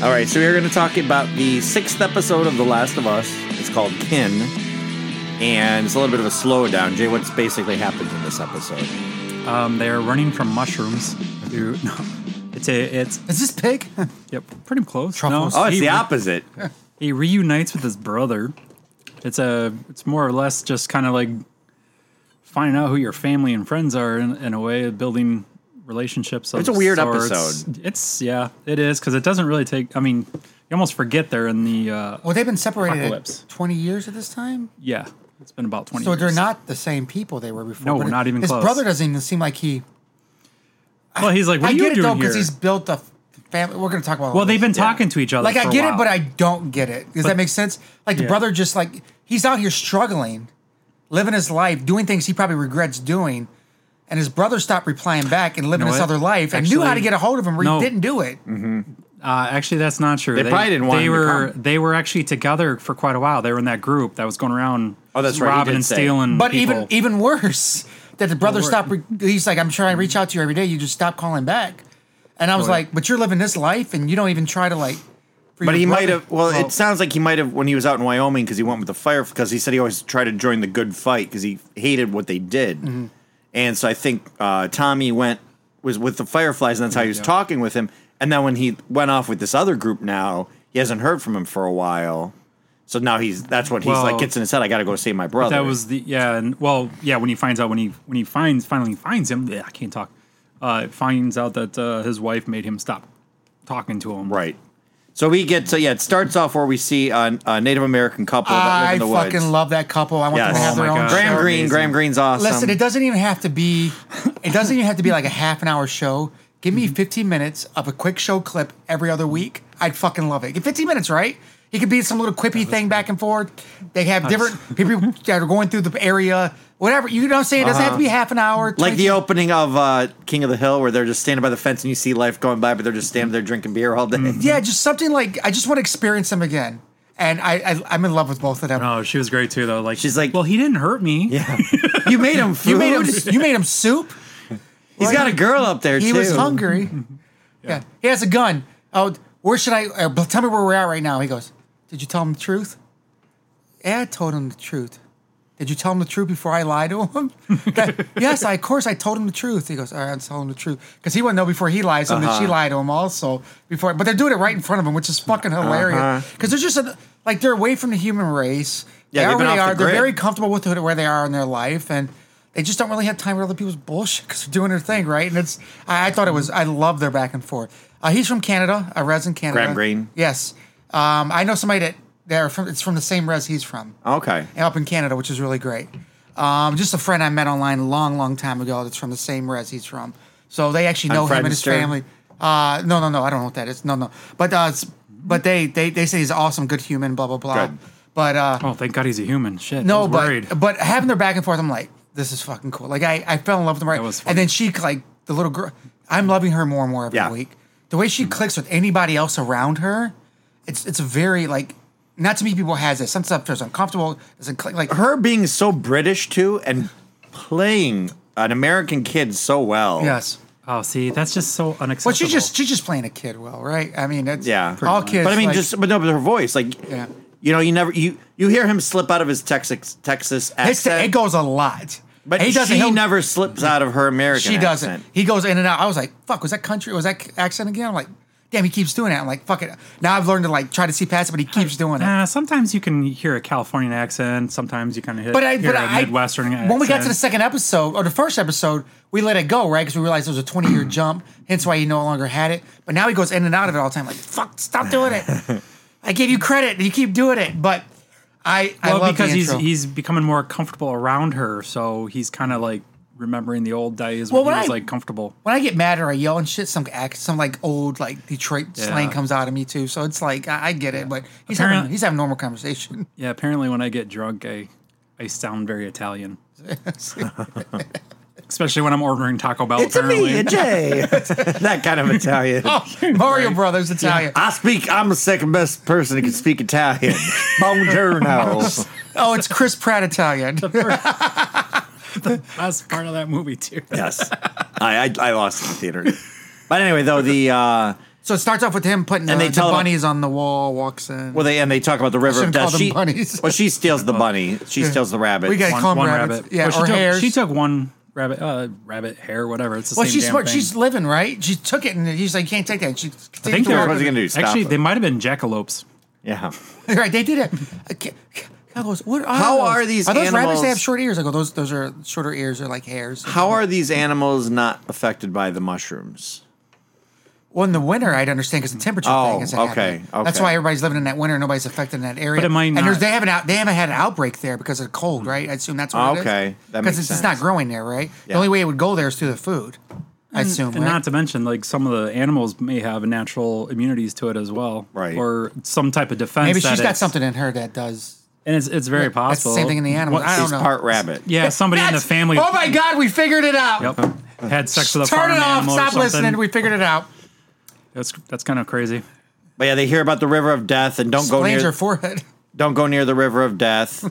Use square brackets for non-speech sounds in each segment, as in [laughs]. All right, so we're going to talk about the sixth episode of The Last of Us. It's called Kin, and it's a little bit of a slowdown. Jay, what's basically happened in this episode? Um, they're running from mushrooms. To, no, it's a it's Is this pig? yep, pretty close. Truffles? No, Oh, it's he, the re- opposite. He reunites with his brother. It's a it's more or less just kind of like finding out who your family and friends are in, in a way, building relationships. of It's a weird sorts. episode. It's yeah, it is because it doesn't really take. I mean, you almost forget they're in the uh, [laughs] Well, they've been separated Apocalypse. twenty years at this time, yeah. It's been about twenty. so they're years. not the same people they were before. No, but not even his close. brother doesn't even seem like he. Well, he's like, what I are you get it doing though here? because he's built a family. We're going to talk about. all well, they've this. been talking to each other. like for I a get it, while. but I don't get it. Does But- that make sense? Like the Yeah. brother just like he's out here struggling, living his life, doing things he probably regrets doing, and his brother stopped replying back and living know his what? other life and knew how to Actually, get a hold of him where no. he didn't do it. Uh, actually, that's not true. They probably didn't want They him to were come. they were actually together for quite a while. They were in that group that was going around. Oh, that's right. He Robbing did and say. stealing. But people. even even worse, that the brother Well, we're- stopped. Re- he's like, I'm trying to reach out to you every day. You just stop calling back, and I Oh, was Right. like, but you're living this life and you don't even try to like. for But your he might brother- have. Well, Well- it sounds like he might have when he was out in Wyoming because he went with the fire because he said he always tried to join the good fight because he hated what they did, Mm-hmm. and so I think uh, Tommy went was with the Fireflies and that's how he was Yeah. talking with him. And then when he went off with this other group, now he hasn't heard from him for a while, so now he's that's what he's like Well- gets in his head. I got to go save my brother. that was the yeah and well yeah when he finds out when he when he finds finally finds him yeah, I can't talk uh, finds out that uh, his wife made him stop talking to him right. So we get to yeah. It starts off where we see a, a Native American couple that live I in the woods. fucking love that couple. I want them Yes. to have Oh their my own God. show. Graham They're Green. Graham amazing. Green's awesome. Listen, it doesn't even have to be. It doesn't even have to be like a half an hour show. Give Mm-hmm. me 15 minutes of a quick show clip every other week. I'd fucking love it. 15 minutes, right? It could be some little quippy thing back and forth. They have different people [laughs] that are going through the area, whatever. You know what I'm saying? It doesn't have to be half an hour. Uh-huh. Like 22 the opening of uh, King of the Hill, where they're just standing by the fence and you see life going by, but they're just standing there drinking beer all day. Yeah, just something like I just want to experience them again. And I, I I'm in love with both of them. oh she was great too though like She's like- well he didn't hurt [laughs] me Yeah, you made him food. You made him you made him soup. He's got a girl up there He too. was hungry. yeah. he has a gun. Oh, where should I? Uh, b- tell me where we're at right now. He goes. Did you tell him the truth? Yeah, I told him the truth. Did you tell him the truth before I lied to him? [laughs] That- yes, I, of course I told him the truth. He goes, all right, I'll tell him the truth because he wouldn't know before he lied, so then she Uh-huh. lied to him also before. But they're doing it right in front of him, which is fucking Uh-huh. hilarious because they're just a, like they're away from the human race. Yeah, they they've are been where they off the are. They're grid. very comfortable with who- where they are in their life, and they just don't really have time for other people's bullshit because they're doing their thing, right? And it's I, I thought it was I love their back and forth. Uh, he's from Canada, a res in Canada. Graham Greene. Yes, um, I know somebody that they're from. It's from the same res he's from Okay, up in Canada, which is really great. Um, just a friend I met online a long, long time ago that's from the same res he's from. So they actually know On him and his Friendster? family. Uh, no, no, no. I don't know what that is. No, no. But uh, it's- but they, they they say he's an awesome, good human, blah, blah, blah. Good. But uh, oh thank God he's a human shit I no, was but worried. but having their back and forth, I'm like, this is fucking cool. Like I, I fell in love with them right. That was fun. and then she like the little girl. I'm loving her more and more every Yeah. Mm-hmm. week. The way she clicks with anybody else around her, it's it's very like not too many people has this. Some stuff feels uncomfortable. Doesn't click like her being so British too and playing an American kid so well. Yes. oh see that's just so unacceptable Well, she just she's just playing a kid well, right? I mean, that's yeah, all kids. But I mean, like- just but no, but her voice, like, Yeah. you know, you never you you hear him slip out of his Texas Texas it's, accent. it goes a lot. but he doesn't. she he'll- never slips out of her American. She doesn't. accent. He goes in and out. I was like, "Fuck, was that country? Was that accent again?" I'm like, "Damn, he keeps doing that." I'm like, "Fuck it." Now I've learned to like try to see past it, but he keeps [laughs] doing it. Uh, sometimes you can hear a Californian accent. Sometimes you kind of hit. But I, hear but a I, Midwestern accent. when we got to the second episode or the first episode, we let it go, right? Because we realized it was a 20 [clears throat] year jump, hence why he no longer had it. But now he goes in and out of it all the time. Like, fuck, stop [laughs] doing it. I gave you credit, you keep doing it. But I, I well, love because the he's intro. he's becoming more comfortable around her, so he's kind of like remembering the old days Well, when when he was I- like comfortable. when I get mad or I yell and shit, some act, some like old like Detroit slang Yeah. comes out of me too. So it's like I, I get it, but he's having Apparently- he's having normal conversation. [laughs] Yeah, apparently when I get drunk, I I sound very [laughs] Italian, especially when I'm ordering Taco Bell. It's a apparently, me, a [laughs] Jay. [laughs] that kind of Italian. Oh, Mario Brothers Italian. I speak. I'm the second best person that can speak Italian. Buongiorno. Oh, it's Chris Pratt [laughs] Italian. [laughs] that's part of that movie too. yes, I, I I lost in the theater. But anyway, though the uh, So it starts off with him putting And the, they the tell him- bunnies on the wall, walks in. Well, they and they talk about the river of shouldn't call death. them She, bunnies. well, she steals the bunny. She steals the rabbit. we got to One, call them one rabbits. rabbit. Yeah, Well, she or took, hares. She took one rabbit, uh, rabbit hair, whatever. It's the well, same she's damn smart. thing. She's living, right? She took it, and he's like, "You can't take that." And she I think What they're was he gonna do, stop Actually, her? they might have been jackalopes. yeah. [laughs] Right, they did it. I ca- I goes, what are How those? are these Are those rabbits? animals- They have short ears. I go, those those are shorter ears. They're like hairs. How are these animals not affected by the mushrooms? Well, in the winter, I'd understand Mm-hmm. because the temperature Oh, thing isn't okay, happening. That's okay. why everybody's living in that winter. Nobody's affected in that area. But it might And there's, not. they haven't out, they haven't had an outbreak there because of the cold, right? I assume that's what it is. Okay, that because makes it's, it's sense. not growing there, right? The Yeah. only way it would go there is through the food. I assume. Mm, And right? not to mention, like some of the animals may have natural immunities to it as well, Right. Or some type of defense. Maybe that she's got it's- something in her that does. and it's it's very That's possible. the same thing in the animals. I don't She's know. part rabbit. Yeah, somebody in the That's- family. Oh my God, we figured it out. Yep. Had sex with a Turn farm it off. animal or Stop something. listening. We figured it out. That's that's kind of crazy. But yeah, they hear about the river of death and don't go Explains near. her forehead. don't go near the river of [laughs] death.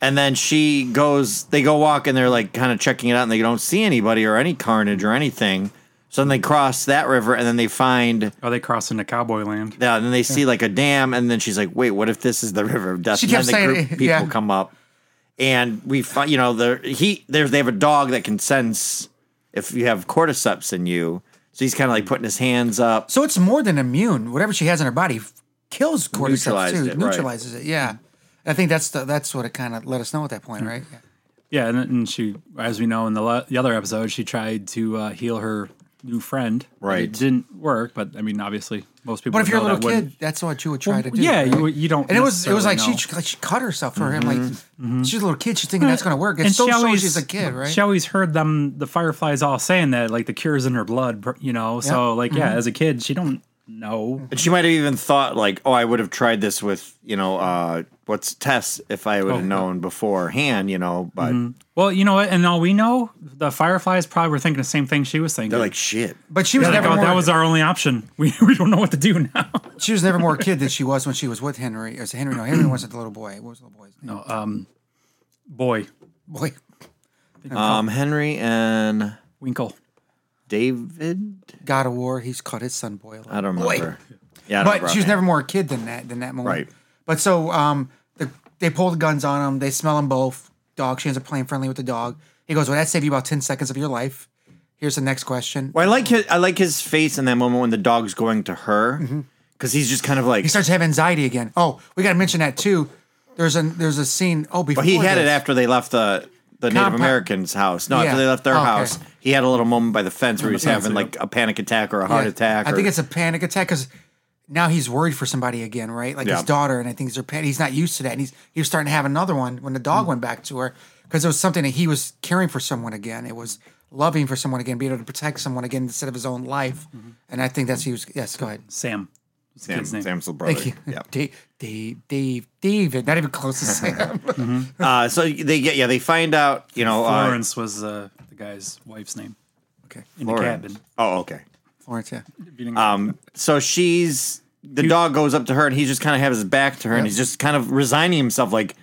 and then she goes, they go walk and they're like kind of checking it out and they don't see anybody or any carnage or anything. So then they cross that river and then they find, Are they crossing to cowboy land? yeah, and then they see like a dam. And then she's like, wait, what if this is the river of death? She and then kept the saying group it, people yeah. come up and we find, you know, the, he, there's, they have a dog that can sense if you have cordyceps in you. So he's kind of like putting his hands up. So it's more than immune. Whatever she has in her body f- kills cordyceps Neutralized too. it, right. neutralizes it. Yeah. I think that's the that's what it kind of let us know at that Hmm. point, right? Yeah. Yeah, and, and she, as we know in the la- the other episode, she tried to uh, heal her new friend. Right. It didn't work, but I mean, obviously, most people. But if would you're a know little that wouldn't. kid, that's what you would try to do. yeah, right? you, you don't. and it was it was like necessarily she know. Mm-hmm. she cut herself for him. Like she's a little kid, she's thinking that's gonna work. It still she shows always- she's a kid, right? She always heard them, the fireflies, all saying that like the cure's in her blood, you know. So like, yeah, Mm-hmm. as a kid, she don't know. And she might have even thought like, oh, I would have tried this with, you know, uh, what's Tess if I Oh, would have known beforehand, you know, but Well, you know what? And all we know, the fireflies probably were thinking the same thing she was thinking. they're like, shit. but she was They're like, never "Oh, more, that was our only option. [laughs] We, we don't know what to do now. [laughs] she was never more a kid than she was when she was with Henry. It was Henry. [clears throat] No, Henry wasn't the little boy. What was the little boy's name? No, um, boy, Boy. Um, Henry and Winkle. David. God of War, he's caught his son boy. alive. I don't Boy. remember. Yeah, I don't but she was never more a kid than that than that moment. Right. But so um, the, they pull the guns on him. They smell them both. Dog. She ends up playing friendly with the dog. He goes, "Well, that saved you about ten seconds of your life." Here's the next question. Well, I like his. I like his face in that moment when the dog's going to her, because he's just kind of like. Mm-hmm. He starts to have anxiety again. Oh, we got to mention that too. There's a there's a scene. Oh, before But he had this. it after they left the the Native Compound. Americans' house. No, Yeah. Oh, after they left their Okay. house, he had a little moment by the fence where he was fence, having yeah. like a panic attack or a heart Yeah. attack. I or- think it's a panic attack because now he's worried for somebody again, right? Like Yeah. his daughter, and I think he's, pan- he's not used to that. And he's he was starting to have another one when the Mm. dog went back to her because it was something that he was caring for someone again. It was loving for someone again, being able to protect someone again instead of his own life. Mm-hmm. And I think that's he was. Yes, go ahead. Sam. That's the Sam, kid's name. Sam's little brother. Thank you, [laughs] Yeah. Dave, Dave, Dave, David. Not [laughs] even close to Sam. Uh, so they get yeah they find out you know uh, Florence was uh, the guy's wife's name okay, in Florence. the cabin. Oh, okay. Florence. Yeah, Beating- Um, so she's the dog goes up to her and he's just kind of has his back to her and he's just kind of resigning himself like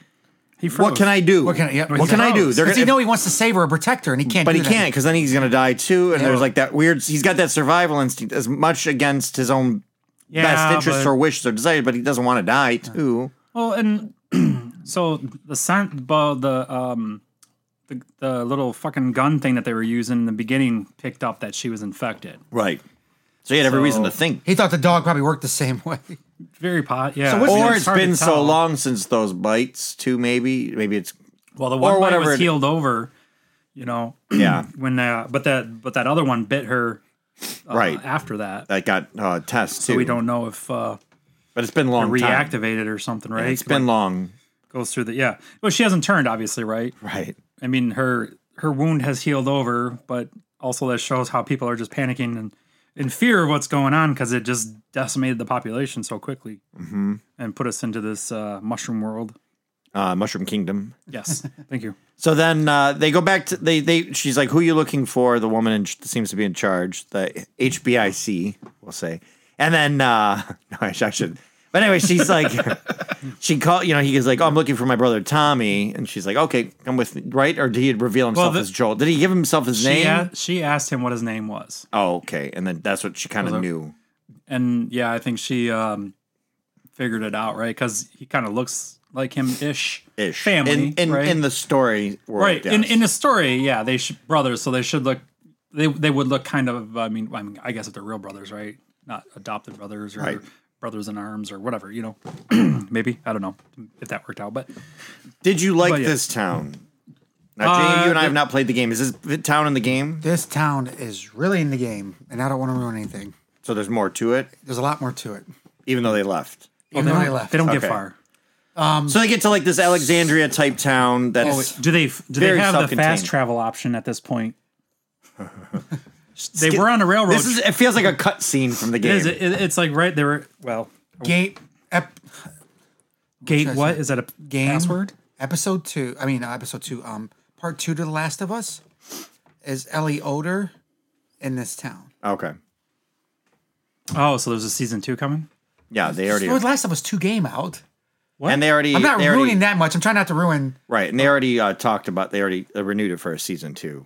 he what can I do? What can I- yeah. What can I do? They're because gonna, he know he wants to save her or protect her, and he can't. but do he that. can't because then he's gonna die too. And Yeah. there's like that weird. He's got that survival instinct as much against his own Yeah, best interests but- or wishes or desires, but he doesn't want to die too. Well, and [clears throat] so the scent, bu- the um, the, the little fucking gun thing that they were using in the beginning picked up that she was infected. Right. So he had every reason to think. He thought the dog probably worked the same [laughs] way. Very pot, yeah. So what's the- Or it's been so long since those bites too. Maybe maybe it's Well, the one or bite whatever was it- healed over, you know. [clears throat] yeah [clears throat] When that, but that, but that other one bit her uh, right. after that. That got uh, test too. So we don't know if uh, But it's been a long. time. reactivated or something, right? It's been long. goes through the yeah. Well, she hasn't turned, obviously, right? Right. I mean, her her wound has healed over, but also that shows how people are just panicking and in fear of what's going on because it just decimated the population so quickly Mm-hmm. and put us into this uh, mushroom world. Uh, Mushroom Kingdom. [laughs] Yes, thank you. So then uh, they go back to they they. She's like, "Who are you looking for?" The woman in, that seems to be in charge, the HBIC, we'll say. And then uh, [laughs] no, I should. But anyway, she's like, [laughs] she called. You know, he is like, "Oh, I'm looking for my brother Tommy," and she's like, "Okay, come with me, right?" Or did he reveal himself the- as Joel? Did he give himself his She, name? a- she asked him what his name was. oh, okay. And then that's what she kind of knew. and yeah, I think she um, figured it out right because he kind of looks like him ish. ish family in in, right? in the story world. right in yes. in a story. Yeah, they should brothers, so they should look. They they would look kind of. I mean, I mean, I guess if they're real brothers, right? Not adopted brothers or Right. brothers in arms or whatever. You know, [clears throat] maybe I don't know if that worked out, but Did you like But yeah. this town? Now, Jay, Uh, you and I have the- not played the game. Is this the town in the game? This town is really in the game, and I don't want to ruin anything. So there's more to it, There's a lot more to it. even though they left. Even they though don't, I left. they don't Okay. get far. So they get to like this Alexandria type town Oh, that's wait, do they do very they have the self-contained. fast travel option at this [laughs] point? they were on a railroad. This is it feels like a cut scene from the it game. is, it, it's like right there. Well, Gate ep, gate. I What say? is that? A game password? episode two. I mean, not episode two. Um, part two to The Last of Us is Ellie Oder in this town. Okay. Oh, so there's a season two coming. Yeah, they already Well, Oh, Last of Us two game out. what? and they already I'm not they ruining already- that much. I'm trying not to ruin. right, and they already uh, talked about they already uh, renewed it for a season two.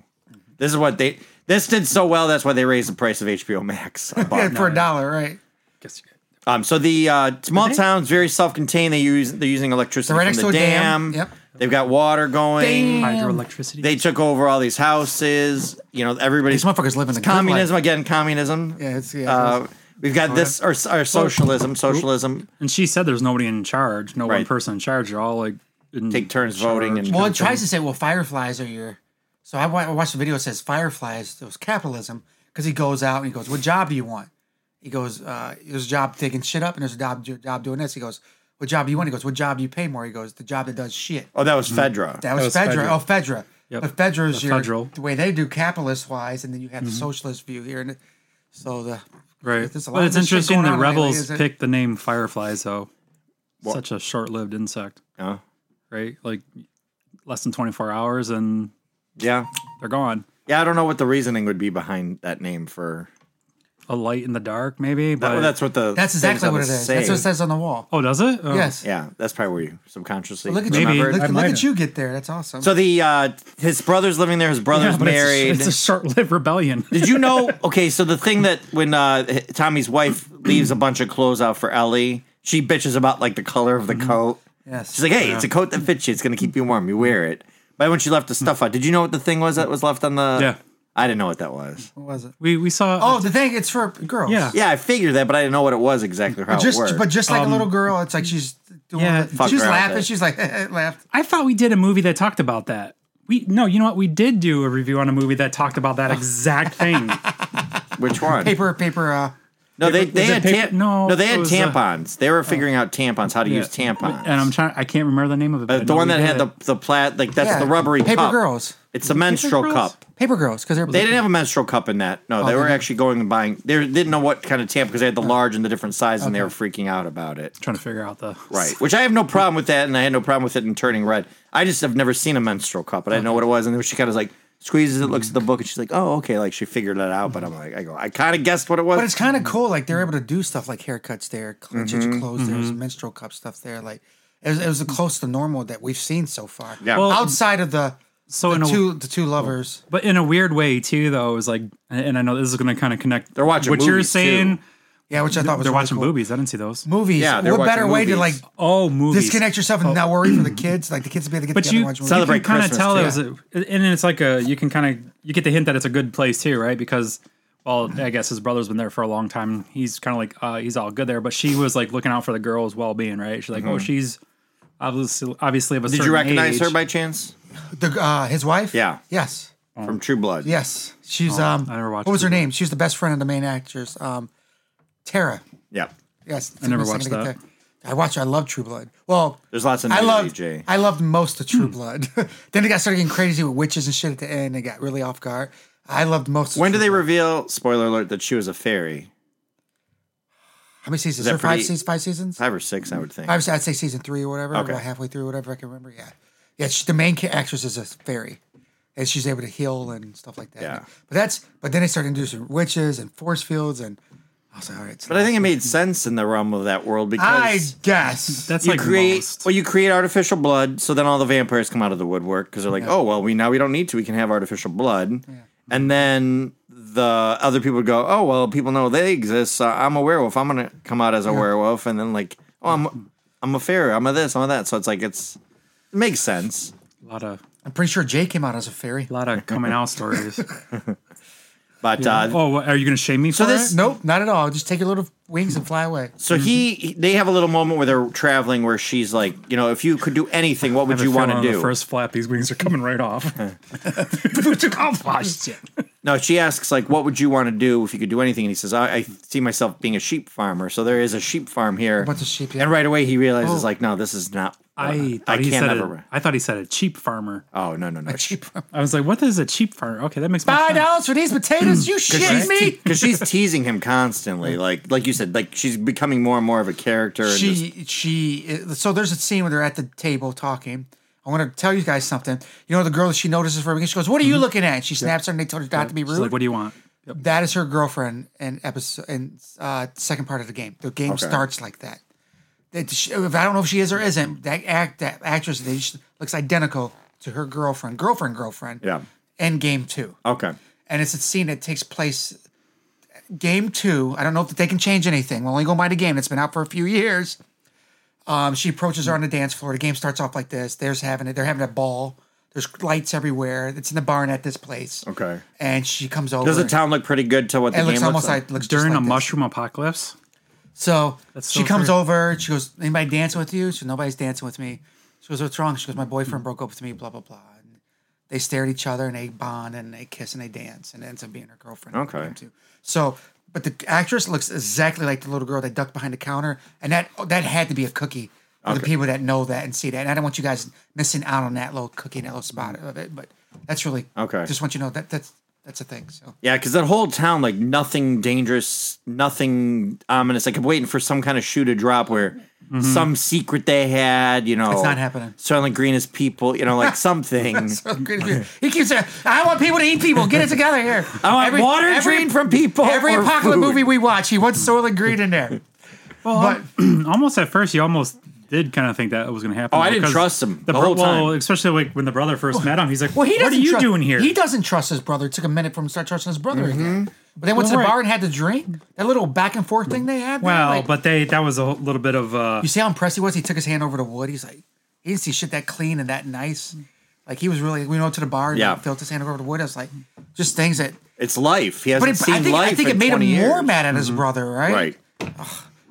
This is what they this did so well. That's why they raised the price of HBO [laughs] Max. a Yeah, buck. for a dollar, right? Guess you- um, so the uh, small town's very self-contained. They use they're using electricity They're right from the next to a dam. dam. Yep. They've got water going. Dang. hydroelectricity. They took over all these houses. You know, everybody's These motherfuckers live in the good communism life. again. Communism. Yeah, it's Oh, yeah. Uh, we've got this or, or socialism. Socialism. and she said there's nobody in charge. No Right. one person in charge. They're all like in Take turns voting and- Well, it tries to say, well, fireflies are your. So I, wa- I watched a video that says fireflies, it was capitalism, because he goes out and he goes, what job do you want? He goes, uh, there's a job digging shit up and there's a job, jo- job doing this. He goes, what job do you want? He goes, what job do you pay more? He goes, the job that does shit. Oh, that was Fedra. Mm. That was, That was Fedra. Fedra. Oh, Fedra. But Fedra's The your, Federal. Mm-hmm. the way they do capitalist wise, and then you have the socialist view here. And so the, right. there's a lot But it's of shit interesting going that on lately, rebels isn't it? picked the name fireflies though. Such a short-lived insect, Huh? right? Like less than 24 hours and Yeah. they're gone. Yeah, I don't know what the reasoning would be behind that name for. A light in the dark, maybe. But That, that's what the. Uh, that's things exactly on what the it is. saying. That's what it says on the wall. oh, does it? Oh. Yes. Yeah, that's probably where you subconsciously. Look at Maybe. you. Look, I look might at have. you get there. That's awesome. So the uh, his brother's living there. His brother's Yeah, [laughs] but it's a- married. It's a, short-lived rebellion. Did you know? Okay, so the thing that when uh, h- Tommy's wife leaves a bunch of clothes out for Ellie, she bitches about like the color of the Mm-hmm. coat. Yes. She's like, "Hey, it's a coat that fits you. It's gonna keep you warm. You wear it." But when she left the stuff out, did you know what the thing was that was left on the? Hmm. Yeah. I didn't know what that was. what was it? we we saw. Oh, the thing. It's for girls. Yeah. Yeah, I figured that, but I didn't know what it was exactly. or How just it worked. but just like a little girl, it's like she's doing Um, Yeah. the- Fuck she's around with laughing. it. She's like [laughs] laughed. I thought we did a movie that talked about that. We no, you know what? We did do a review on a movie that talked about [laughs] that exact thing. which one? Paper, paper. Uh, No, they, they was had it paper- tam- no, no, they it had was, uh, tampons. they were figuring out tampons, how to use tampons. Uh, and I'm trying. I can't remember the name of it. but I the know one we that did had it. the the plat like that's yeah, the rubbery paper cup. girls, It's a menstrual girls? cup. paper girls, because they're They didn't have a menstrual cup in that. No, they Oh, they were didn't? Oh. actually going and buying. They didn't know what kind of tampon because they had the large and the different size, and they were freaking out about it. trying to figure out the Right, which I have no problem with that, and I had no problem with it in turning red. I just have never seen a menstrual cup, but I didn't know what it was. And then she kind of like squeezes it, looks at the book, and she's like, "Oh, okay." Like she figured that out, but I'm like, I go, I kind of guessed what it was. But it's kind of cool. Like they're able to do stuff like haircuts there, cl- change Mm-hmm, of clothes there's menstrual cup stuff there. Like it was, it was the close to normal that we've seen so far. Yeah. Well- outside of the So the in a- two the two lovers. But in a weird way too, though, it was like, and and I know this is going to kind of connect. They're watching what you're movies, saying. too. Yeah, which I thought was They're really watching cool. boobies. I didn't see those. movies. Yeah, they're what better watching way to like movies. Oh, movies. disconnect yourself and not worry [clears throat] for the kids? Like the kids be able to get But together you, and watch you movies. Celebrate can kind of Christmas, tell too. it was, a, and then it's like a you can kind of you get the hint that it's a good place too, right? Because well, I guess his brother's been there for a long time. He's kind of like uh, he's all good there, but she was like looking out for the girl's well being, right? She's like, oh, she's obviously obviously of a Mm-hmm. Did you certain recognize age. her by chance The, uh, his wife. Yeah. Yes. from True Blood? Yes, she's um. Oh, I never watched What was her True Blood. name? She was the best friend of the main actress. Um, Tara. yeah. Yes, it took never me a second watched to get that. there. I watched. I love True Blood. Well, There's lots of I nudity, loved. Jay. I loved most of True Hmm. Blood. [laughs] then it got started getting crazy with witches and shit at the end. It got really off guard. I loved most. Of When do True they Blood. reveal? Spoiler alert: that she was a fairy. How many seasons? that There five pretty- seasons. Five seasons. Five or six, I would think. I was, I'd say season three or whatever. Okay. About halfway through, whatever I can remember. Yeah, yeah. She, the main ca- actress is a fairy, and she's able to heal and stuff like that. Yeah. But that's. But then they started introducing witches and force fields, and I was like, all right. it's but I think it made sense in the realm of that world I because [laughs] guess That's you like create most. well, you create artificial blood, so then all the vampires come out of the woodwork because they're like, oh well, we now we don't need to, we can have artificial blood, and then the other people go, oh well, people know they exist. So I'm a werewolf. I'm gonna come out as a werewolf, and then like, oh, I'm I'm a fairy. I'm a this. I'm a that. So it's like it's it makes sense. A lot of I'm pretty sure Jay came out as a fairy. lot of coming [laughs] out stories. But uh, oh, what, are you going to shame me so for this it? Nope, not at all. Just take your little wings and fly away. [laughs] So he, he- they have a little moment where they're traveling, where she's like, you know, if you could do anything, what I have would a you want to feeling do? on uh, The first flap, these wings are coming [laughs] right off. [laughs] oh, shit. no, she asks like, what would you want to do if you could do anything? And he says, I, I see myself being a sheep farmer. So there is a sheep farm here. bunch of sheep, yeah. And right away he realizes Oh. like, no, this is not. I thought he can't said ever. a, I thought he said a cheap farmer. Oh no no no! [laughs] I was like, what is a cheap farmer? Okay, that makes more Five sense. [laughs] dollars for these potatoes? You shitting me? Because she's teasing him constantly, [laughs] like like you said, like she's becoming more and more of a character. And just- She, she. So there's a scene where they're at the table talking. I want to tell you guys something. You know the girl that she notices for a weekend. She goes, "What are you looking at?" And she snaps her, and they told her not to be rude. She's like, what do you want? That is her girlfriend in episode in uh, second part of the game. The game starts like that. That she- if I don't know if she is or isn't, that act that actress they just looks identical to her girlfriend, girlfriend, girlfriend. Yeah. In game two, okay. and it's a scene that takes place. Game two. I don't know if they can change anything. We'll only go by the game. It's been out for a few years. Um, she approaches her on the dance floor. The game starts off like this. There's having it. They're having a ball. There's lights everywhere. It's in the barn at this place. Okay. And she comes over. Does the town look pretty good to what the It looks game almost looks like, looks During just a like this. mushroom apocalypse? [clears throat] So That's she so comes great. over. She goes, "Anybody dancing with you?" She goes, "Nobody's dancing with me." She goes, "What's wrong?" She goes, "My boyfriend broke up with me." Blah blah blah. And they stare at each other and they bond and they kiss and they dance and it ends up being her girlfriend. Okay. Them two. So, but the actress looks exactly like the little girl that ducked behind the counter, and that that had to be a cookie for the people that know that and see that. And I don't want you guys missing out on that little cookie and that little spot of it, but that's really Okay. Just want you to know that that's that's a thing. So. Yeah, because that whole town, like nothing dangerous, nothing ominous. Like I'm waiting for some kind of shoe to drop where some secret they had, you know. Mm-hmm. It's not happening. Soylent Green is people, you know, [laughs] like something. So great to be- he keeps saying, I want people to eat people. Get it together here. I want water drained from people. Every or apocalypse food. movie we watch, he wants Soylent Green in [laughs] there. but almost at first, you almost did kind of think that was going to happen. Oh, I didn't because trust him the bro- whole time. Well, especially like when the brother first met him, he's like, well, he what are doesn't you tru- doing here? He doesn't trust his brother. It took a minute for him to start trusting his brother Mm-hmm. again. But they went to the Well, right. bar and had the drink. That little back and forth thing they had. there, well, like- but they that was a whole- little bit of uh, you see how impressed he was? He took his hand over to Wood. He's like, he didn't see shit that clean and that nice. Like he was really. We went to the bar. and Yeah. like, filled his hand over to Wood. I was like, just things that. It's life. He hasn't But it, seen I think, life. I think in it made him 20 more years. Mm-hmm. mad at his brother, right? Right.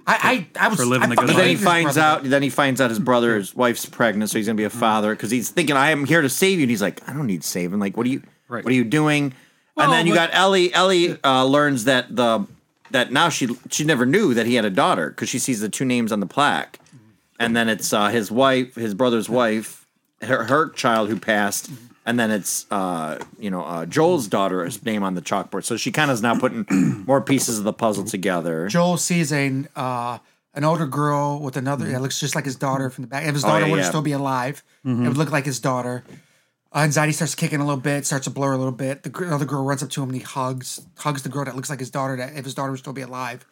I, I, I was For living I the good But fucking then he hated his finds out. brother. Then he finds out his brother, his wife's pregnant, so he's gonna be a Mm-hmm. father because he's thinking, "I am here to save you." And he's like, "I don't need saving. Like, what are you? Right. What are you doing?" and then you got but- Ellie. Ellie uh, learns that the that now she she never knew that he had a daughter because she sees the two names on the plaque, Mm-hmm. and then it's uh, his wife, his brother's wife, her, her child who passed. Mm-hmm. And then it's uh, you know uh, Joel's daughter's name on the chalkboard, so she kind of is now putting [clears throat] more pieces of the puzzle together. Joel sees a uh, an older girl with another that looks just like his daughter from the back. If his daughter yeah, would Mm-hmm. Oh, yeah. Mm-hmm. still be alive, it would look like his daughter. Uh, anxiety starts kicking a little bit, starts to blur a little bit. The gr- other girl runs up to him and he hugs hugs the girl that looks like his daughter. That if his daughter would still be alive,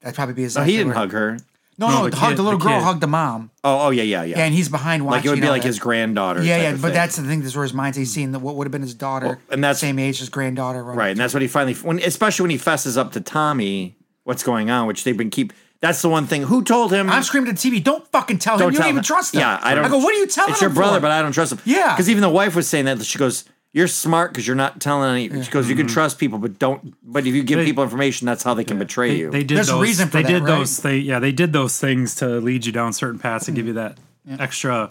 that'd probably be his. he didn't hug her. No, no, the the, hug, kid- the little the girl kid. hugged the mom, Oh, oh yeah, yeah, yeah. and he's behind watching. like it would be all like that. his granddaughter. Yeah, type yeah, of but thing. Mm-hmm. that's the thing. This is where his mind's. He's seen that what would have been his daughter, and that's- same age, his granddaughter. running right, and that's what he finally when, especially when he fesses up to Tommy what's going on, which they've been keep. That's the one thing. Who told him? I'm screaming to the TV. Don't fucking tell him. you tell don't him. even trust him. Yeah, I don't. I go. What are you telling It's him your brother, for? but I don't trust him. Yeah. because even the wife was saying that she goes, "You're smart because you're not telling any." She goes, "You Mm-hmm. can trust people, but don't. But if you give people information, that's how they can betray they, you." they did There's a those, reason for they that, did right? those they yeah they did those things to lead you down certain paths and give you that extra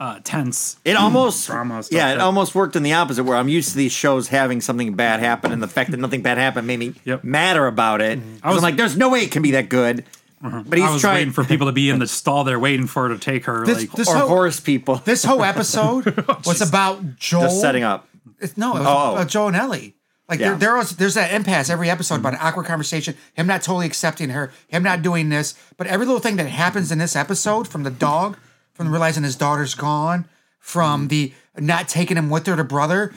uh, tense it almost, Drama stuff yeah, it that- almost worked in the opposite, where I'm used to these shows having something bad happen, and the fact that nothing bad happened made me Yep. Hmm. madder about it. I was was- Uh-huh. like, "There's no way it can be that good," but I he's was trying waiting for people to be in the stall there waiting for her to take her. This- like, this- or whole- horse [laughs] people. this [laughs] whole episode was about Joel just setting up. It's, no, it was Oh. about Joel and Ellie. Like Yeah. there, there was, there's that impasse every episode about an awkward conversation, him not totally accepting her, him not doing this, but every little thing that happens in this episode, from the dog, from realizing his daughter's gone, from the not taking him with her to brother,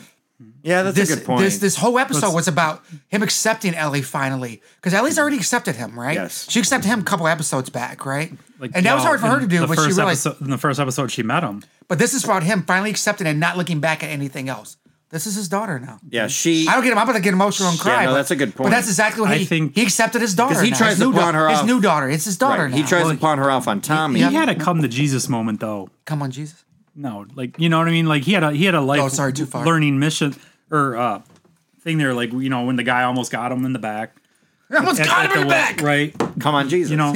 Yeah, that's this a good point. this this whole episode was about him accepting Ellie finally because Ellie's already accepted him, right? Yes. she accepted him a couple episodes back, right? like, and that was well, hard for her in to do, the but she first realized episode- in the first episode she met him. But this is about him finally accepting and not looking back at anything else. This is his daughter now. Yeah, she. I don't get him. I'm going to get emotional and Yeah, cry. no, but- that's a good But point. that's exactly what I he think- he accepted his daughter. 'Cause he now, tries his to new pawn da- her His off. new daughter. It's his daughter right. now. He tries Well, to pawn her off on Tommy. He had a come to Jesus moment though. Come on, Jesus. No, like you know what I mean. Like he had a he had a life. Oh, sorry, too far. Learning mission or uh thing there. Like you know when the guy almost got him in the back. I almost At- got at him in the wa- back. Right. Come on, Jesus. You [laughs] know.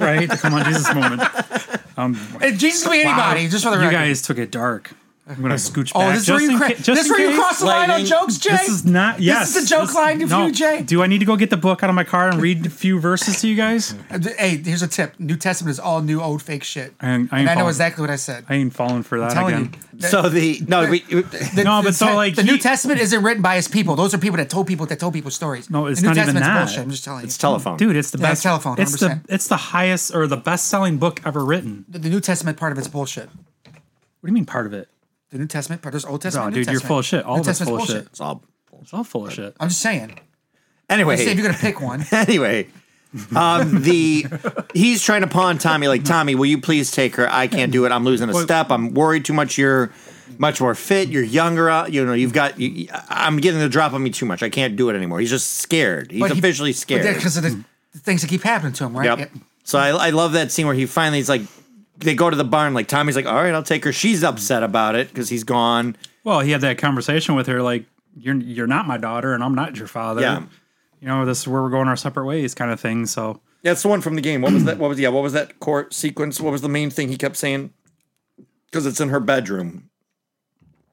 right. Come on, Jesus moment. And Jesus can be [laughs] anybody. Just for the you record. guys took it dark. I'm gonna scooch Oh, back. this is where just you in cra- ca- just this is in where you case. cross the line on Lightning. jokes, Jay. This is not. Yes, is the joke line for no. you, Jay. Do I need to go get the book out of my car and read a few verses to you guys? Uh, d- Hey, here's a tip. New Testament is all new, old, fake shit. I ain't- I ain't and I know following- exactly what I said. I ain't falling for that telling again. you. so the no, we, The- No, the but so, te- like, the he- New Testament isn't written by his people. Those are people that told people that told people stories. No, it's the New not even Testament's that. bullshit. I'm just telling you. it's telephone, Dude, it's the Yeah, best. telephone, It's the 100%. it's the highest or the best selling book ever written. the, the New Testament part of it's bullshit. What do you mean part of it? The New Testament part. There's Old Testament. No, New dude, you're Testament. full of shit. All New of it's Testament's full of shit. It's all. It's all full of shit. I'm just saying. Anyway, See if you're gonna [laughs] pick one. anyway, um, the he's trying to pawn Tommy. Like Tommy, will you please take her? I can't do it. I'm losing a step. I'm worried too much. You're much more fit. You're younger. uh, You know, you've got. You, you- I'm getting the drop on me too much. I can't do it anymore. He's just scared. He's But he- officially scared. because of Mm. the, the things that keep happening to him, right? Yep. Yep. So I, I love that scene where he finally is like, they go to the barn. Like Tommy's like, all right, I'll take her. She's upset about it because he's gone. Well, he had that conversation with her, like you're you're not my daughter, and I'm not your father. Yeah. You know, this is where we're going our separate ways, kind of thing. So That's the one from the game. What was that? What was yeah? What was that court sequence? What was the main thing he kept saying? Because it's in her bedroom,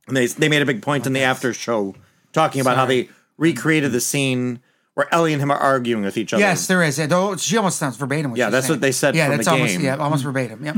and they they made a big point in the after show talking about how they recreated the scene where Ellie and him are arguing with each other. Yes, there is. Yeah, though she almost sounds verbatim. What Yeah, she's that's saying. what they said Yeah, from that's the almost game. yeah, almost Mm. verbatim. Yep.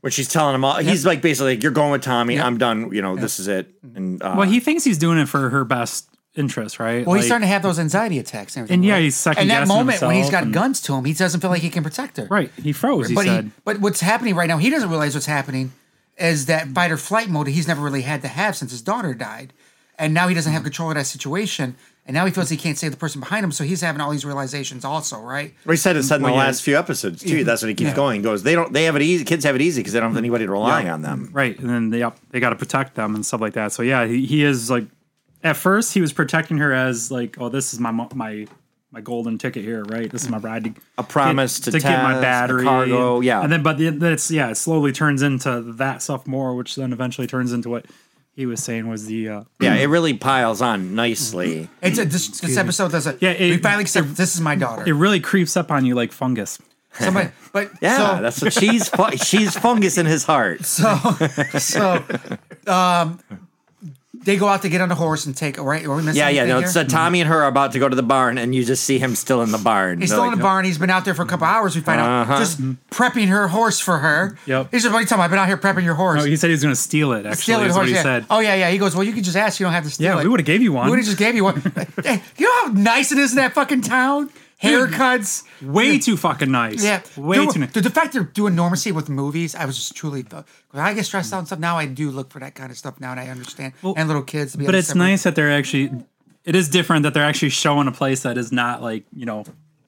When she's telling him all, he's like basically like, "You're going with Tommy. Yeah. I'm done. You know, this is it." And uh, Well, he thinks he's doing it for her best interest, right? Well, he's Like, starting to have those anxiety attacks and everything. And yeah, right? he's second And that guessing moment when he's himself got and- guns to him, he doesn't feel like he can protect her. right. He froze. He But said, he, but what's happening right now, he doesn't realize what's happening is that fight or flight mode that he's never really had to have since his daughter died. And now he doesn't have control of that situation. And now he feels he can't save the person behind him. So he's having all these realizations also, right? Well, he said it said in the Well, yeah. last few episodes too. That's what he keeps going. He goes, they don't. They have it easy. Kids have it easy because they don't have anybody relying on them. right, and then they yep, they got to protect them and stuff like that. So yeah, he, he is like, at first he was protecting her as like, oh, this is my mo- my my golden ticket here, right? This is my ride to A promise to to get Taz, my a battery, cargo, yeah. And then, but the- that's yeah, it slowly turns into that stuff more, which then eventually turns into what he was saying was the uh, Yeah, it really piles on nicely. It's a, this, this episode does it. Yeah, it- we finally accept this is my daughter. it really creeps up on you like fungus. Somebody, [laughs] but Yeah, so, that's what she's fu- [laughs] she's fungus in his heart. so so [laughs] um they go out to get on the horse and take right are we missing yeah, yeah. anything No, here? it's uh, Tommy and her are about to go to the barn, and you just see him still in the barn. He's They're still in like, the barn. He's been out there for a couple hours. We find out just prepping her horse for her. Uh-huh. Yep. He's just what are you talking about? I've been out here prepping your horse. No, Oh, he said he was going to steal it. Actually, Stealing is what he yeah. said. Oh yeah, yeah. He goes, well, you can just ask. You don't have to steal Yeah, it. we would've gave you one. We would have just gave [laughs] you one. [laughs] hey, you know how nice it is in that fucking town. Haircuts. Way too fucking nice. Yeah, Way Dude, too nice. dude, the fact they're doing normalcy with movies, I was just truly. uh, When I get stressed out and stuff, now I do look for that kind of stuff. Now and I understand. and little kids, to be But able to it's separate- nice that they're actually, it is different that they're actually showing a place that is not like, you know,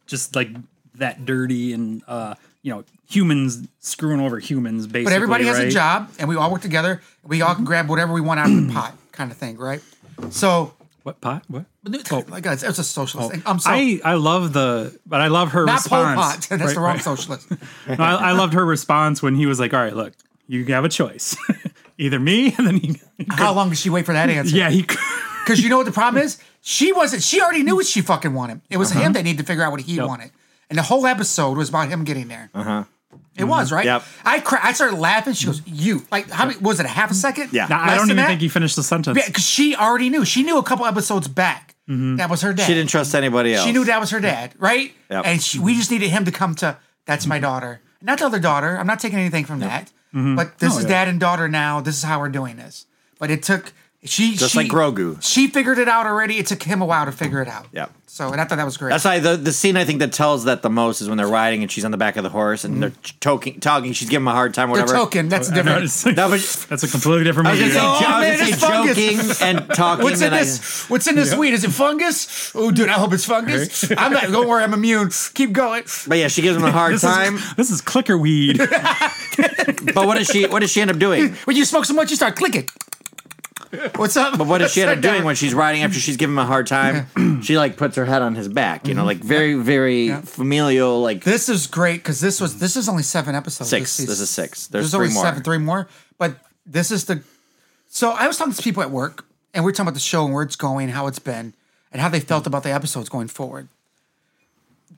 just like that dirty and, uh, you know, humans screwing over humans basically. But everybody has right? a job, and we all work together. We all can grab whatever we want out [clears throat] of the pot, kind of thing, right? So What pot? What? Oh my God, it's a socialist thing. I'm sorry. I, I love the, but I love her Not Pol response. Pot. [laughs] That's Right, the wrong right. [laughs] socialist. No, I, I loved her response when he was like, all right, look, you have a choice. [laughs] Either me [laughs] and then he, How long did she wait for that answer? yeah, [laughs] he, Because you know what the problem is? She wasn't, she already knew what she fucking wanted. It Uh-huh. was him that needed to figure out what he wanted. And the whole episode was about him getting there. Uh huh. Mm-hmm. It was, right? Uh-huh. Yep. I cra- I started laughing. She goes, You. Like, how many, was it a half a second? Yeah. Nah, I Less don't than even that? think he finished the sentence. [laughs] Yeah, because she already knew. She knew a couple episodes back Mm-hmm. that was her dad. She didn't trust anybody else. She knew that was her dad, right? Yep. Mm-hmm. And she, we just needed him to come to. That's my daughter, not the other daughter. I'm not taking anything from that. But this is yeah. dad and daughter now. This is how we're doing this. But it took she Just she- like Grogu. She figured it out already. It took him a while to figure it out. Yep. So and I thought that was great. That's why the, the scene I think that tells that the most is when they're riding and she's on the back of the horse and they're Mm-hmm. talking, talking. She's giving him a hard time, the whatever. token. That's I know, different. it's like- No, but- that's a completely different I was movie. gonna say, Oh, I was man, gonna it's say fungus. joking [laughs] and talking. What's in and I- this? What's in this weed? Is it fungus? Oh, dude, I hope it's fungus. [laughs] I'm not. Don't worry, I'm immune. Keep going. but yeah, she gives him a [laughs] hard this time. is this is clicker weed. But what does she? What does she end up doing? [laughs] [laughs] When you smoke so much, you start clicking. What's up? But what does she end up Sit down. doing when she's riding after she's giving him a hard time? [clears throat] she like puts her head on his back, you know, like very, very familial, like Mm-hmm. This is great because this was this is only seven episodes. Mm. six. season. This is six. There's, There's only three more. seven, three more. But this is the. So I was talking to people at work, and we we're talking about the show and where it's going, how it's been, and how they Mm-hmm. felt about the episodes going forward.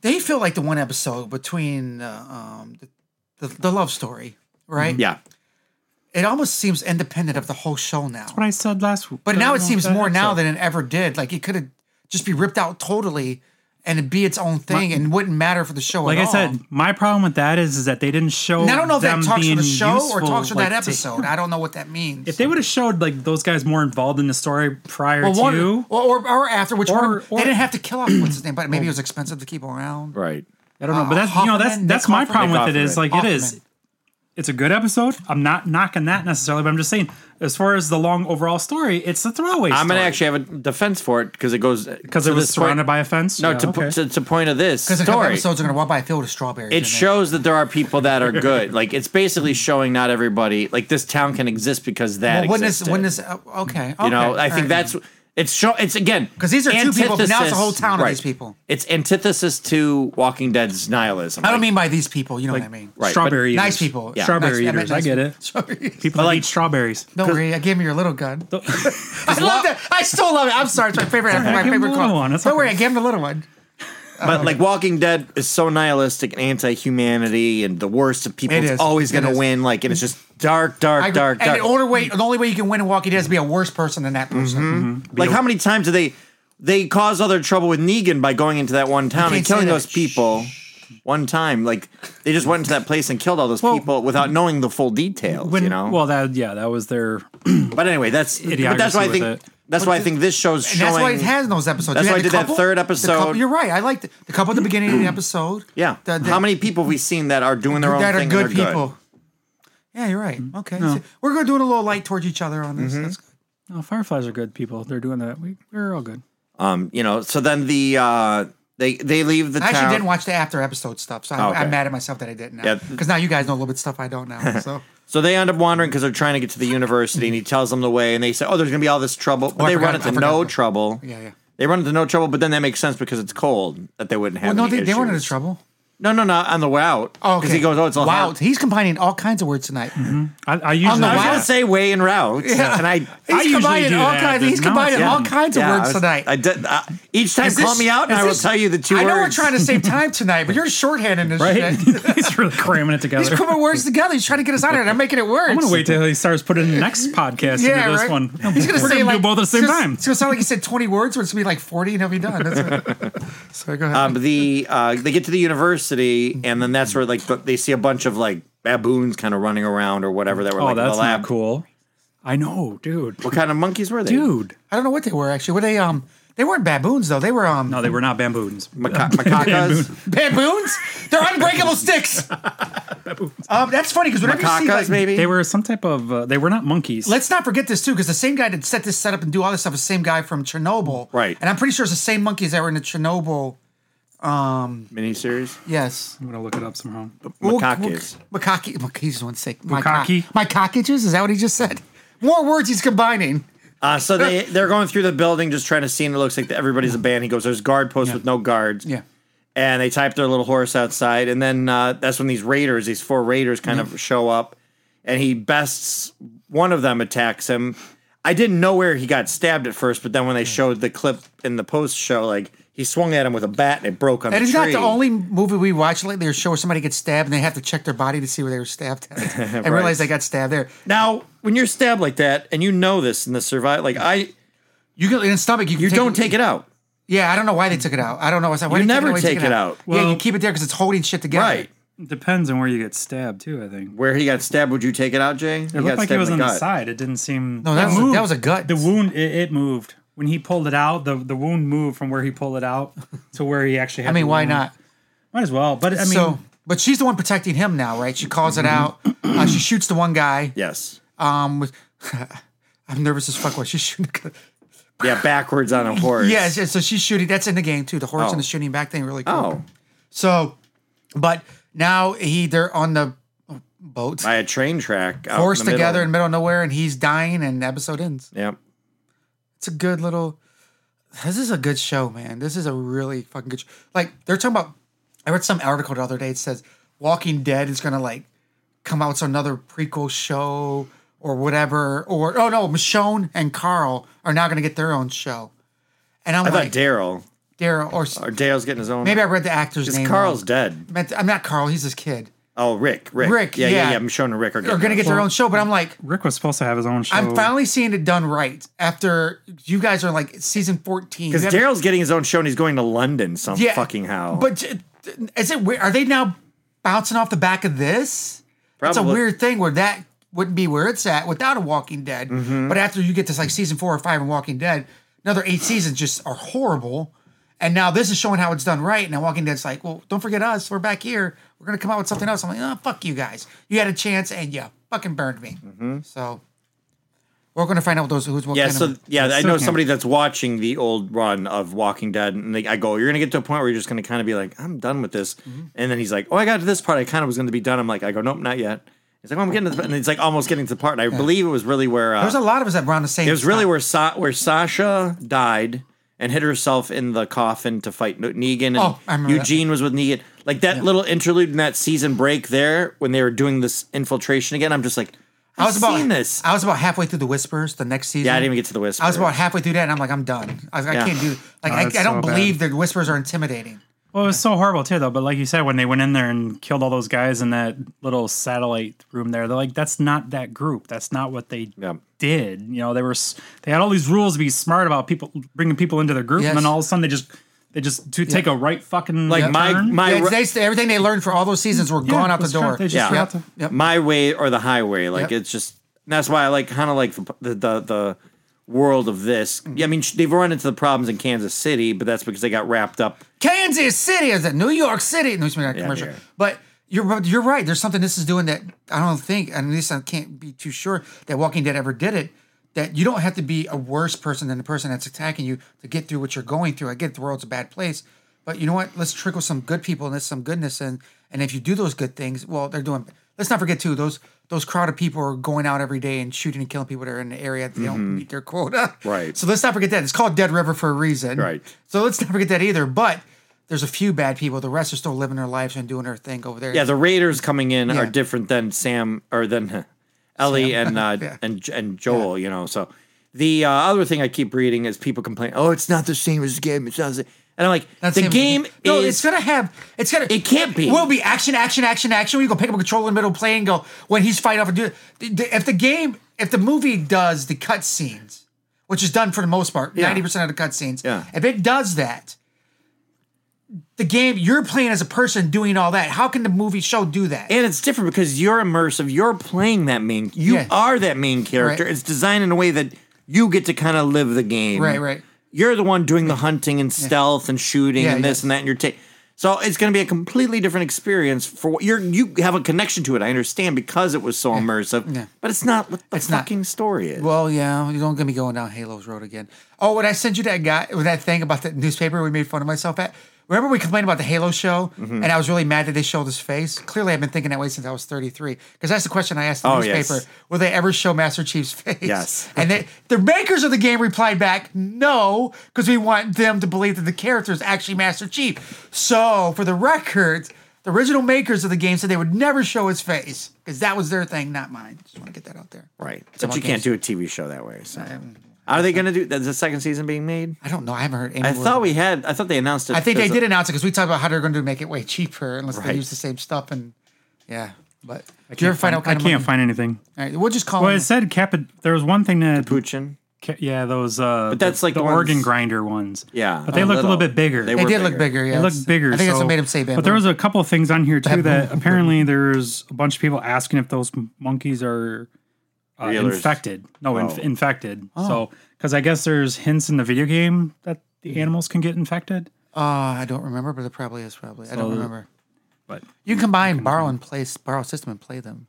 They feel like the one episode between uh, um, the, the the love story, right? Mm-hmm. Yeah. It almost seems independent of the whole show now. What I said last week. But now it seems more now than it ever did. Like it could have just be ripped out totally and it'd be its own thing and wouldn't matter for the show Like at I all. said, my problem with that is, is that they didn't show. And I don't know if them that talks for being the show or useful, talks for like, that to- episode. I don't know what that means. if they would have showed like those guys more involved in the story prior Well, one- to, or, or, or after, which Or- one, or- Oh. they didn't have to kill off what's his name, but maybe it was expensive to keep around. Right. I don't know. But that's you know that's Hoffman, that's Nick my Hoffman. problem Nick with it is like Hoffman. it is. Hoffman. It's a good episode. I'm not knocking that necessarily, but I'm just saying as far as the long overall story, it's a throwaway. I'm gonna actually have a defense for it because it goes because it was surrounded by a fence. No, Yeah, to, okay. po- to to point of this Because a couple story. episodes are going to walk by a field of strawberries. it shows that there are people that [laughs] are good. like it's basically showing not everybody like this town can exist because that Well, when is existed. when is uh, okay? you know, I think that's it's show. It's again 'Cause these are two people, but now it's a antithesis- whole town of these people. It's antithesis to Walking Dead's nihilism. I don't Like, mean by these people. You know what I mean? right, but strawberry Nice eaters. people. Yeah. Strawberry Nice- I eaters. meant I nice get [laughs] it. Strawberries. People that eat strawberries. Don't worry, I gave me your [laughs] little gun. [laughs] I love that. I still love it. I'm sorry, it's my favorite. my give him favorite the little call. one, Don't that's okay. worry, I gave him the little one. But like Walking Dead is so nihilistic and anti-humanity and the worst of people It is. is. always going It to is. Mm-hmm. win. Like and it's just dark, dark, I, dark, and dark. the only way, the only way you can win in Walking Dead is to be a worse person than that person. like how many times do they they cause other trouble with Negan by going into that one town You and killing can't say that. those people? One time, like they just went into that place and killed all those people without knowing the full details. When- you know, Well, that yeah, that was their. but anyway, that's but that's why I Idiocracy think with it. that's why I think this show's And showing. that's why it has those episodes. That's You why had I the did that couple- third the episode. couple- you're right. I liked it. the couple at the beginning of the episode. [clears throat] Yeah. The- the- How many people have we seen that are Mm-hmm. doing their own that thing? are and good they're people? Yeah, you're right. Okay, So we're going to do a little light towards each other on Mm-hmm. this. That's good. Oh, fireflies are good people. They're doing that. We, we're all good. Um, you know. So then the uh, they they leave the I actually town. didn't watch the after episode stuff, so I'm, Okay. I'm mad at myself that I didn't. Yeah. Because now you guys know a little bit of stuff I don't [laughs] now. So so they end up wandering because they're trying to get to the university, and he tells them the way, and they say, "Oh, there's gonna be all this trouble." But Oh, I they forgot- run I into forgot no about- trouble. yeah, yeah. They run into no trouble, but then that makes sense because it's cold that they wouldn't Well, have. no, any they, they weren't issues. into trouble. No, no, no. On the way out. Oh, okay. Because he goes, "Oh, it's all Mm-hmm. wow. hot." He's combining all kinds of words tonight. I, I usually. the I was [laughs] Wow. gonna say way and route, and I. He's usually combining do all that, kinds. but He's no, combining it's- all yeah. kinds of yeah, I words was- tonight. I did, uh, each time, Is call this- me out, and is I will this- tell you the two I know words. we're trying to [laughs] save time tonight, but you're shorthanding this Right? [laughs] shit. He's really cramming it together. He's putting words together. He's trying to get us out of it. I'm making it worse. I'm gonna wait till he starts putting the [laughs] next podcast Yeah, into this right. one. He's gonna We're say gonna like do both at the same it's gonna- time. It's gonna sound like he said 20 words, or it's gonna be like 40, and he'll be done. That's [laughs] what, so go ahead. um, the uh, they get to the university, and then that's where like the, they see a bunch of like baboons kind of running around or whatever that were Oh, like in that's the lab. not cool. I know, dude. What kind of monkeys were they? Dude. I don't know what they were actually. Were they um? They weren't baboons though. They were um. No, they were not bamboons. [laughs] Maca- macacas, Baboons? They're [laughs] unbreakable sticks. Um, that's funny because whenever you see macacas, like, maybe. They were some type of. Uh, they were not monkeys. Let's not forget this too, because the same guy that set this setup and do all this stuff is the same guy from Chernobyl. Right. And I'm pretty sure it's the same monkeys that were in the Chernobyl. miniseries. Yes. I'm gonna look it up somehow. Macacas. Macaque. Macaque. He's one sick. Macaque? My cockages? Is that what he just said? More words he's combining. Uh, so they they're going through the building, just trying to see, and it looks like everybody's a band. He goes, "There's guard posts with no guards." Yeah. And they type their little horse outside, and then uh, that's when these raiders, these four raiders, kind of show up, and he bests one of them, attacks him. I didn't know where he got stabbed at first, but then when they showed the clip in the post show, like he swung at him with a bat and it broke on And the it's tree. not the only movie we watch lately or show where somebody gets stabbed and they have to check their body to see where they were stabbed [laughs] at. and realize they got stabbed there. Now, when you're stabbed like that, and you know this in the survive, like I, You can in the stomach. You, can you don't take it out. Yeah, I don't know why they took it out. I don't know. I was like, why You did they never away, take it out. yeah, Well- you keep it there because it's holding shit together. Right. Depends on where you get stabbed too. I think. Where he got stabbed, would you take it out, Jay? It looked like it was on the gut. side. It didn't seem. No, that It was a- moved. that was a gut. The wound. It, it moved when he pulled it out. The the wound moved from where he pulled it [laughs] out to where he actually. had I mean, the why Mm-hmm. wound. not? Might as well. But I mean, so, but she's the one protecting him now, right? She calls it out. Mm-hmm. Uh, she shoots the one guy. Yes. Um, with, [laughs] I'm nervous as fuck. While she's shooting. the guy. Yeah, backwards [laughs] on a horse. Yeah, so so she's shooting. That's in the game too. The horse and the shooting back thing really cool. Oh. So, but now he they're on the boat. by a train track. out in Forced the middle. together in middle of nowhere, and he's dying, and the episode ends. Yep. It's a good little. This is a good show, man. This is a really fucking good. Show. Like they're talking about. I read some article the other day. It says Walking Dead is gonna like come out with another prequel show or whatever. Or oh no, Michonne and Carl are now gonna get their own show. And I'm I thought like Daryl Daryl or or Dale's getting his own. maybe I read the actor's Because name. Carl's wrong. dead. Meant- I'm not Carl. He's his kid. Oh, Rick. Rick. Rick, Yeah, yeah, yeah. yeah. Oh. I'm showing Rick. Are They're gonna get their own show, but I'm like, Rick was supposed to have his own show. I'm finally seeing it done right after you guys are like season 14. because You haven't- Daryl's getting his own show and he's going to London some Yeah. fucking how. But j- is it weird? Are they now bouncing off the back of this? It's a Probably. weird thing where that wouldn't be where it's at without a Walking Dead. Mm-hmm. But after you get to like season four or five in Walking Dead, another eight seasons just are horrible. And now this is showing how it's done right. And now Walking Dead's like, well, don't forget us. We're back here. We're gonna come out with something else. I'm like, oh fuck you guys. You had a chance and you fucking burned me. So we're gonna find out what those who's Mm-hmm. what yeah, kind so of yeah, I still know can't- somebody that's watching the old run of Walking Dead, and they, I go, "You're gonna get to a point where you're just gonna kind of be like, I'm done with this," Mm-hmm. and then he's like, "Oh, I got to this part. I kind of was gonna be done." I'm like, "I go, nope, not yet." He's like, oh, "I'm getting to," the, and it's like almost getting to the part. And I believe it was really where uh, there's a lot of us that were on the same. It was really where Sa- where Sasha died and hid herself in the coffin to fight Ne- Negan. And Oh, I remember that. Eugene was with Negan. Like that little interlude in that season break there when they were doing this infiltration again. I'm just like, I've I was about seen this. I was about halfway through the Whispers the next season. yeah, I didn't even get to the whisper. I was about halfway through that, and I'm like, I'm done. I, I Yeah. can't do. Like, Oh, I, that's I don't so believe the whispers are intimidating. well, it was so horrible too, though. But like you said, when they went in there and killed all those guys in that little satellite room there, they're like, "That's not that group. That's not what they Yeah. did." You know, they were s- they had all these rules to be smart about people bringing people into their group, and then Yes. all of a sudden they just they just to take a right fucking Like my turn. my Yeah, they, everything they learned for all those seasons were Yeah, gone out the that's correct. door. They just Yeah. forgot to- Yep. my way or the highway. Like Yep. it's just and that's why I like kind of like the, the the the world of this. Mm. Yeah, I mean sh- they've run into the problems in Kansas City, but that's because they got wrapped up. Kansas City is it New York City? No, it's not a commercial. yeah. But you're but you're right. There's something this is doing that I don't think, and at least I can't be too sure that Walking Dead ever did it. That you don't have to be a worse person than the person that's attacking you to get through what you're going through. I get the world's a bad place, but you know what? Let's trickle some good people and let's some goodness in. And if you do those good things, well, they're doing. Let's not forget too those those crowd of people are going out every day and shooting and killing people that are in the area that they don't meet their quota. Mm-hmm. Right. So let's not forget that it's called Dead River for a reason. Right. So let's not forget that either. But there's a few bad people. The rest are still living their lives and doing their thing over there. Yeah, the Raiders coming in Yeah. are different than Sam or than [laughs] Ellie and uh, [laughs] Yeah. and and Joel. You know, so the uh, other thing I keep reading is people complain, "Oh, it's not the same as the game." It's not the same. And I'm like, That's the him. game No, is. it's gonna have. It's gonna. It can't be. Will be action, action, action, action. Where you go pick up a controller in the middle of play and go when he's fighting off a dude. The- the- If the game, if the movie does the cutscenes, which is done for the most part, Yeah. ninety percent of the cutscenes. Yeah. If it does that, the game you're playing as a person doing all that. How can the movie show do that? and it's different because you're immersive. You're playing that main. You Yeah. are that main character. Right. It's designed in a way that you get to kind of live the game. Right, right. You're the one doing the hunting and stealth and shooting Yeah, and this yes. and that and your take. So it's going to be a completely different experience for what you're. You have a connection to it. I understand because it was so immersive. Yeah. But it's not what the not. fucking story is. Well, yeah, you don't get me going down Halo's road again. Oh, when I sent you that guy, that thing about the newspaper we made fun of myself at. Remember we complained about the Halo show, Mm-hmm. and I was really mad that they showed his face. Clearly, I've been thinking that way since I was 33. Because that's the question I asked the Oh, yes. newspaper: Will they ever show Master Chief's [laughs] face? Yes. And they, the makers of the game replied back, "No, because we want them to believe that the character is actually Master Chief." So, for the record, the original makers of the game said they would never show his face because that was their thing, not mine. Just want to get that out there. right. Some But you can't games- do a TV show that way. So are they going to do? That's the second season being made. I don't know. I haven't heard any. I word. thought we had. I thought they announced it. I think they as a- did announce it because we talked about how they're going to make it way cheaper unless they Right. use the same stuff and yeah. But do you ever find out? what I Kind can't Of find anything. money- Oh. All right, we'll just call Well, it them. said cap. There was one thing that Puchin. ca- yeah, those uh, but that's like the, the ones- Oregon grinder ones. Yeah, but they a looked a little little. bit bigger. They They were did look bigger. bigger. It Yes. looked bigger. I think that's so- what made him say bamboo. But there was a couple of things on here too that apparently there's a bunch of people asking if those m- monkeys are uh, Realers. infected. No, inf- Oh. infected. So because I guess there's hints in the video game that the animals can get infected. uh, I don't remember, but it probably is. Probably I don't remember. But You can buy and borrow and play borrow system and play them.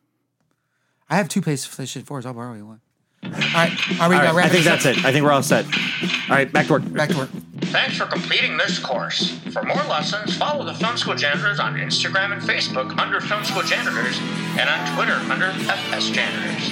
I have two PlayStation fours. I'll borrow you one. All right, are we All uh, right, I wrapping think this up? that's it. I think we're all set. All right, back to work. Back to work. Thanks for completing this course. For more lessons, follow the Film School Janitors on Instagram and Facebook under Film School Janitors and on Twitter under FS Janitors.